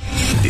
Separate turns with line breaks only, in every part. The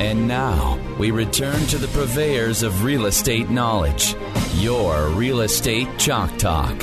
And now we return to the purveyors of real estate knowledge, your real estate chalk talk.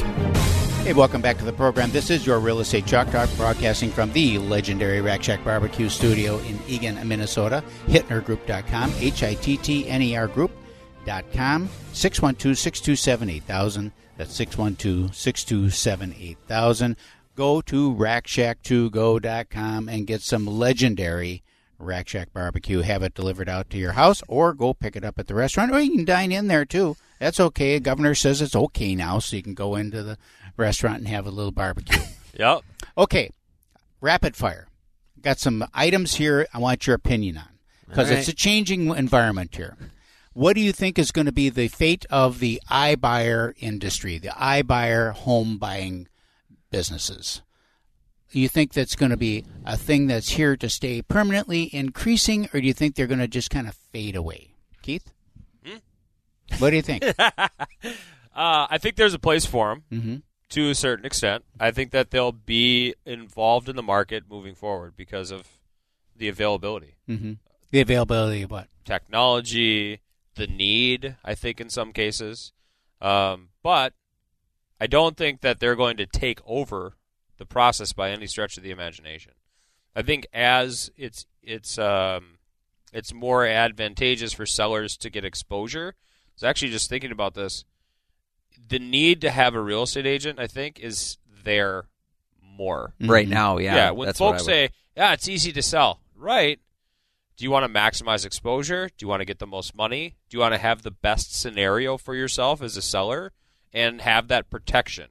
Hey, welcome back to the program. This is your Real Estate Chalk Talk, broadcasting from the legendary Rack Shack Barbecue Studio in Eagan, Minnesota. HittnerGroup.com, H I T T N E R Group.com, 612 627 8000. That's 612 627 8000. Go to RackShack2Go.com and get some legendary Rack Shack Barbecue. Have it delivered out to your house or go pick it up at the restaurant. Or you can dine in there too. That's okay. Governor says it's okay now, so you can go into the restaurant and have a little barbecue.
Yep.
Okay, rapid fire. Got some items here I want your opinion on because
All right.
it's a changing environment here. What do you think is going to be the fate of the iBuyer industry, the iBuyer home buying businesses? Do you think that's going to be a thing that's here to stay permanently increasing, or do you think they're going to just kind of fade away? Keith?
Hmm?
What do you think?
Uh, I think there's a place for them
mm-hmm.
to a certain extent. I think that they'll be involved in the market moving forward because of the availability,
Mm-hmm. The availability of what?
technology, the need. I think in some cases, um, but I don't think that they're going to take over the process by any stretch of the imagination. I think as it's it's um, it's more advantageous for sellers to get exposure. I was actually just thinking about this. The need to have a real estate agent, I think, is there more.
Right now, yeah.
when
that's what I
folks
would-
say, "Yeah, it's easy to sell," right? Do you want to maximize exposure? Do you want to get the most money? Do you want to have the best scenario for yourself as a seller and have that protection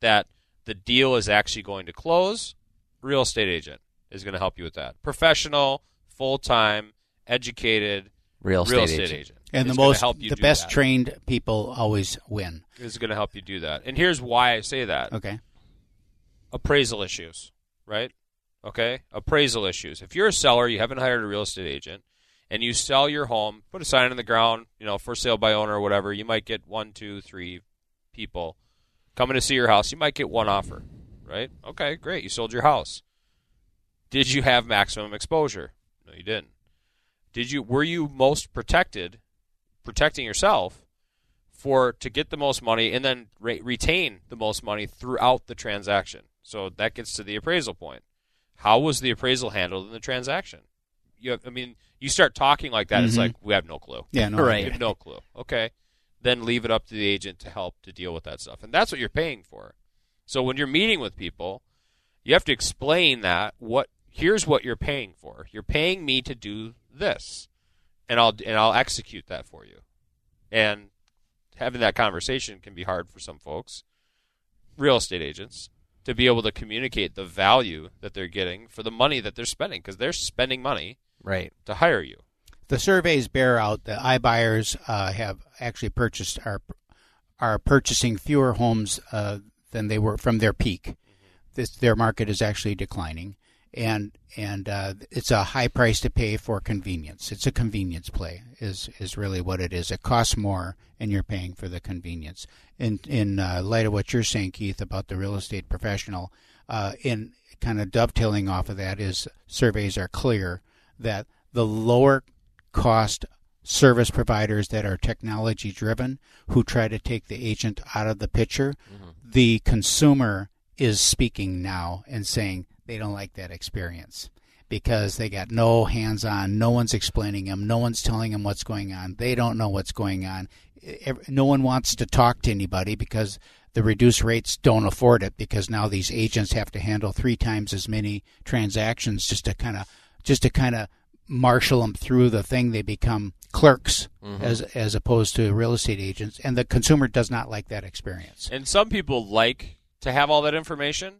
that the deal is actually going to close? Real estate agent is going to help you with that. Professional, full time, educated
real estate,
estate,
agent.
agent.
and the
is gonna
most
help you
the
do
best
that.
trained people always win
is going to help you do that. And here's why I say that.
okay
appraisal issues, right? Okay, appraisal issues. If you're a seller, you haven't hired a real estate agent, and you sell your home, put a sign on the ground, you know, for sale by owner or whatever, you might get one, two, three people coming to see your house. You might get one offer, right? Okay, great. You sold your house. Did you have maximum exposure? No, you didn't. Did you? Were you most protected, protecting yourself? for to get the most money and then re- retain the most money throughout the transaction. So that gets to the appraisal point. How was the appraisal handled in the transaction? You have, I mean, you start talking like that, it's
Mhm.
like we have no clue.
yeah no
Right.
We have no clue. Okay, then leave it up to the agent to help to deal with that stuff, and that's what you're paying for. So when you're meeting with people, you have to explain that what here's what you're paying for. You're paying me to do this, and I'll and I'll execute that for you. And having that conversation can be hard for some folks, real estate agents, to be able to communicate the value that they're getting for the money that they're spending because they're spending money
Right.
to hire you.
the surveys bear out that iBuyers uh, have actually purchased are are purchasing fewer homes uh, than they were from their peak. This their market is actually declining, and and uh, it's a high price to pay for convenience. It's a convenience play is is really what it is. It costs more, and you're paying for the convenience. In in uh, light of what you're saying, Keith, about the real estate professional, uh, in kind of dovetailing off of that is surveys are clear that the lower cost service providers that are technology driven who try to take the agent out of the picture. The consumer is speaking now and saying they don't like that experience because they got no hands on, no one's explaining them, no one's telling them what's going on. They don't know what's going on. Ev- No one wants to talk to anybody because the reduced rates don't afford it because now these agents have to handle three times as many transactions just to kind of just to kind of marshal them through the thing they become clerks
Mm-hmm.
as as opposed to real estate agents and the consumer does not like that experience
And some people like to have all that information,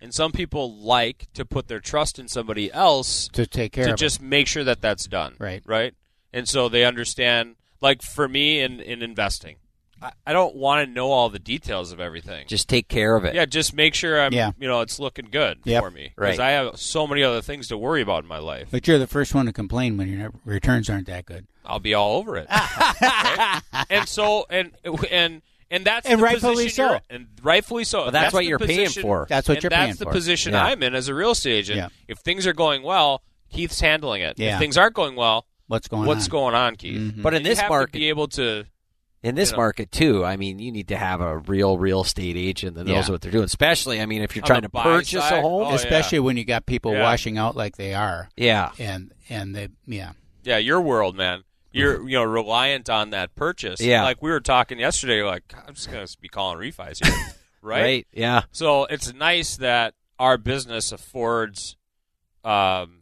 And some people like to put their trust in somebody else
to take care
to
of
just make sure that that's done.
Right.
Right. And so they understand. Like for me in in investing, I, I don't want to know all the details of everything.
Just take care of it.
yeah, just make sure I'm.
Yeah.
You know, it's looking good
Yep.
for me
Right.
I have so many other things to worry about in my life.
But you're the first one to complain when your returns aren't that good.
I'll be all over it. Right? And so and and and that's
And
the
rightfully
position you're-
so.
and rightfully so.
Well, that's what
the
you're paying
position-
for.
That's what
and
you're
that's
paying
the
for.
position
Yeah.
I'm in as a real estate agent.
Yeah.
If things are going well, Keith's handling it.
Yeah.
If things aren't going well,
What's going
what's
on?
going on, Keith?
But
And
in
you
Mm-hmm. this
have
market-
to be able to
In this
You know.
market too, I mean, you need to have a real real estate agent that knows
Yeah.
what they're doing. Especially, I mean, if you're
On
trying
the
to
buy
purchase
side?
a
Oh,
home.
yeah.
Especially when you got people
Yeah.
washing out like they are,
yeah.
and and they yeah
yeah, your world, man. You're you know reliant on that purchase.
Mm-hmm. Yeah.
Like we were talking yesterday, like "God, I'm just gonna be calling refis here.
Right. Yeah.
So it's nice that our business affords um,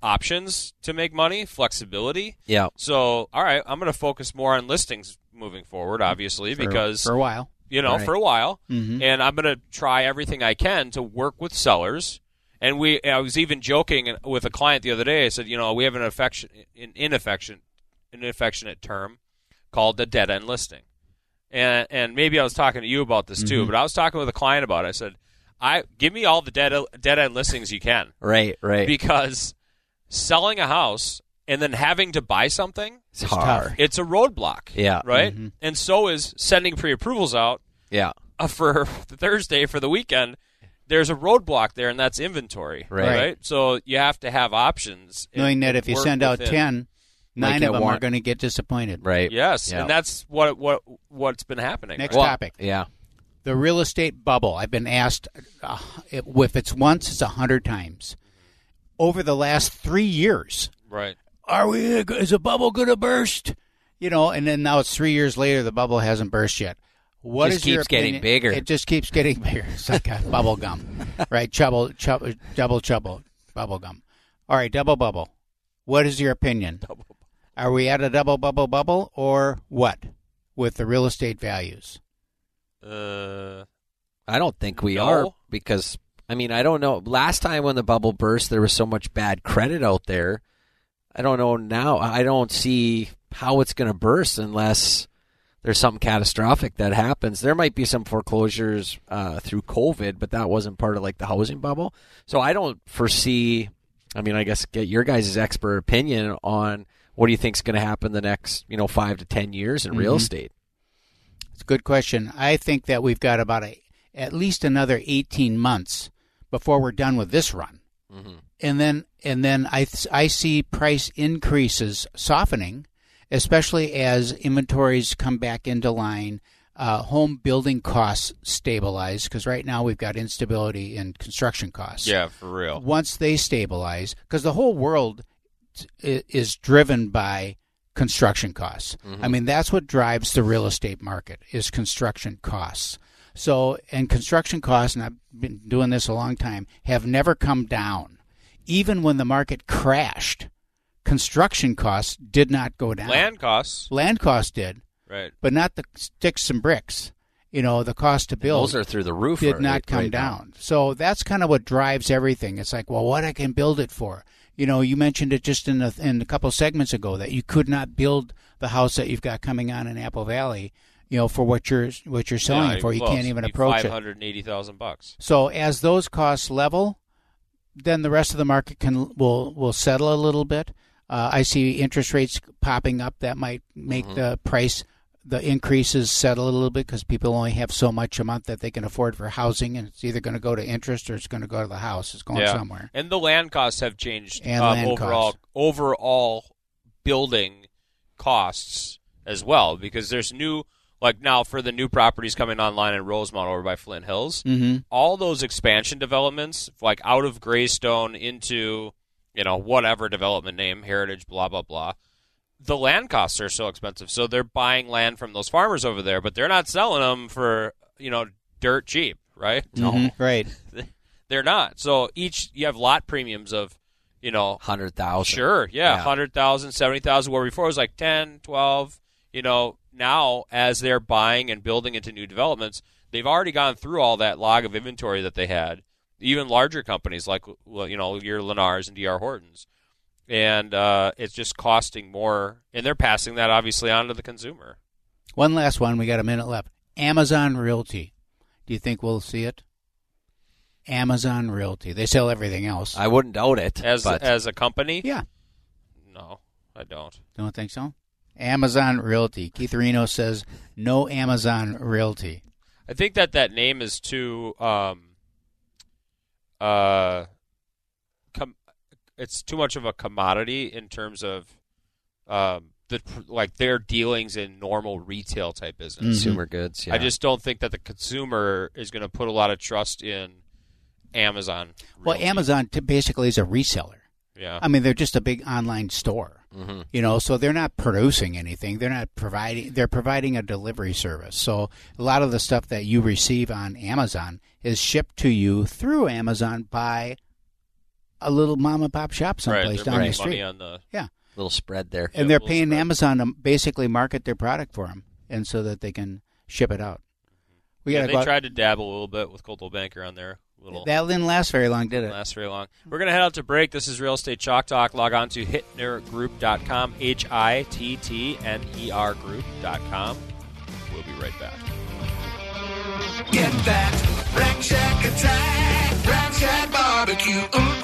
options to make money, flexibility.
Yeah.
So, all right, I'm going to focus more on listings moving forward, obviously,
for,
because,
for a while.
you know,
Right. Mm-hmm.
for a while.
Mhm.
And I'm going to try everything I can to work with sellers. And we, I was even joking with a client the other day. I said, you know, we have an affection, an inaffection, an affectionate term called the dead end listing. And and maybe I was talking to you about this too,
Mm-hmm.
but I was talking with a client about it. I said, I give me all the dead dead end listings you can
Right. Right.
because selling a house and then having to buy something,
it's hard.
tough.
it's a roadblock.
Yeah. Mm-hmm.
Right? And so is sending pre-approvals out
Yeah.
uh, for Thursday for the weekend, there's a roadblock there, and that's inventory.
Right.
So you have to have options. and-
Knowing that if you
work
send out
within.
ten, nine
you
of them are
want-
going to get disappointed.
Right.
yes,
Yeah.
and that's what what what's been happening.
Next
Well,
topic.
Yeah.
the real estate bubble. I've been asked uh, if if it's once, it's a hundred times over the last three years.
right.
Are we? Is a bubble going to burst? You know, and then now it's three years later. The bubble hasn't burst yet. What
Just
is your
keeps getting
opinion-
bigger.
It just keeps getting bigger. It's like a bubble gum, right? Trouble, trouble, double trouble, bubble gum. All right, double bubble. What is your opinion? Are we at a double bubble bubble or what with the real estate values?
Uh,
I don't think we
No.
are because I mean I don't know. Last time when the bubble burst, there was so much bad credit out there. I don't know now. I don't see how it's going to burst unless there's something catastrophic that happens. There might be some foreclosures uh, through COVID, but that wasn't part of like the housing bubble. So I don't foresee. I mean, I guess get your guys' expert opinion on what do you think's going to happen the next you know five to ten years in real estate.
It's a good question. I think that we've got about a, at least another 18 months before we're done with this run. And then and then I th- I see price increases softening, especially as inventories come back into line, uh, home building costs stabilize because right now we've got instability in construction costs
yeah, for real.
once they stabilize, because the whole world i- is driven by construction costs.
Mm-hmm.
I mean, that's what drives the real estate market is construction costs. So, and construction costs, and I've been doing this a long time, have never come down. Even when the market crashed, construction costs did not go down.
Land costs.
Land costs did,
Right.
but not the sticks and bricks. You know, the cost to build
Those are through the roof.
did
right-
not come
right now.
down. So that's kind of what drives everything. It's like, well, what I can build it for. You know, you mentioned it just in a, in a couple segments ago that you could not build the house that you've got coming on in Apple Valley. You know, for what you're what you're selling
Yeah,
it for, you
close.
can't even
Be
approach it.
580,000 bucks.
So as those costs level, then the rest of the market can will will settle a little bit. Uh, I see interest rates popping up that might make the price the increases settle a little bit because people only have so much a month that they can afford for housing, and it's either going to go to interest or it's going to go to the house. It's going
yeah.
somewhere.
And the land costs have changed
And
um,
land
overall
costs.
overall building costs as well because there's new like now for the new properties coming online in Rosemont over by Flint Hills.
Mm-hmm.
all those expansion developments, like out of Greystone into, you know, whatever development name, Heritage, blah, blah, blah, the land costs are so expensive. So they're buying land from those farmers over there, but they're not selling them for, you know, dirt cheap, right?
Mm-hmm. Right.
They're not. So each, you have lot premiums of, you know,
Hundred thousand.
Sure, yeah,
Yeah.
100,000, 70,000 where before it was like 10, 12, you know, now as they're buying and building into new developments, they've already gone through all that log of inventory that they had. even larger companies like well, you know your Lennars and DR Hortons, and uh, it's just costing more, and they're passing that obviously on to the consumer.
One last one. We got a minute left. Amazon Realty. Do you think we'll see it? Amazon Realty. They sell everything else.
I wouldn't doubt it.
As
but
as a company,
yeah.
no, I don't.
Don't think so? Amazon Realty. Keith Reno says no Amazon Realty.
I think that that name is too um, uh, com- it's too much of a commodity in terms of um, the pr- like their dealings in normal retail type business.
consumer
Mm,
goods. Yeah.
I just don't think that the consumer is going to put a lot of trust in Amazon.
Well,
Realty. Uh.
Amazon t- basically is a reseller.
yeah,
I mean, they're just a big online store.
Mm-hmm.
You know, so they're not producing anything. They're not providing. They're providing a delivery service. So a lot of the stuff that you receive on Amazon is shipped to you through Amazon by a little mom and pop shop
right.
someplace
they're
down the
making
street.
money on the
yeah,
little spread there.
and they're
we'll
paying
spread.
Amazon to basically market their product for them, and so that they can ship it out. We
yeah,
gotta
they
go out-
tried to dabble a little bit with Coldwell Banker on there. a Little
That didn't last very long, did it?
didn't last very long. We're going to head out to break. This is Real Estate Chalk Talk. Log on to hitnergroup.com, H I T T N E R group.com. We'll be right back.
Get that Rack Shack attack, Rack Shack barbecue. Ooh,